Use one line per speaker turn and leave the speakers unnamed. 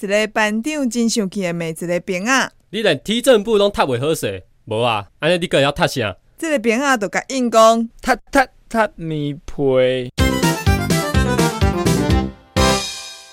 一个班长真生气的骂一个兵仔，
你连踢正步拢踢袂好势，无啊？安尼你个会晓踢啥？
这个兵仔就甲应讲，
踢踢踢面皮，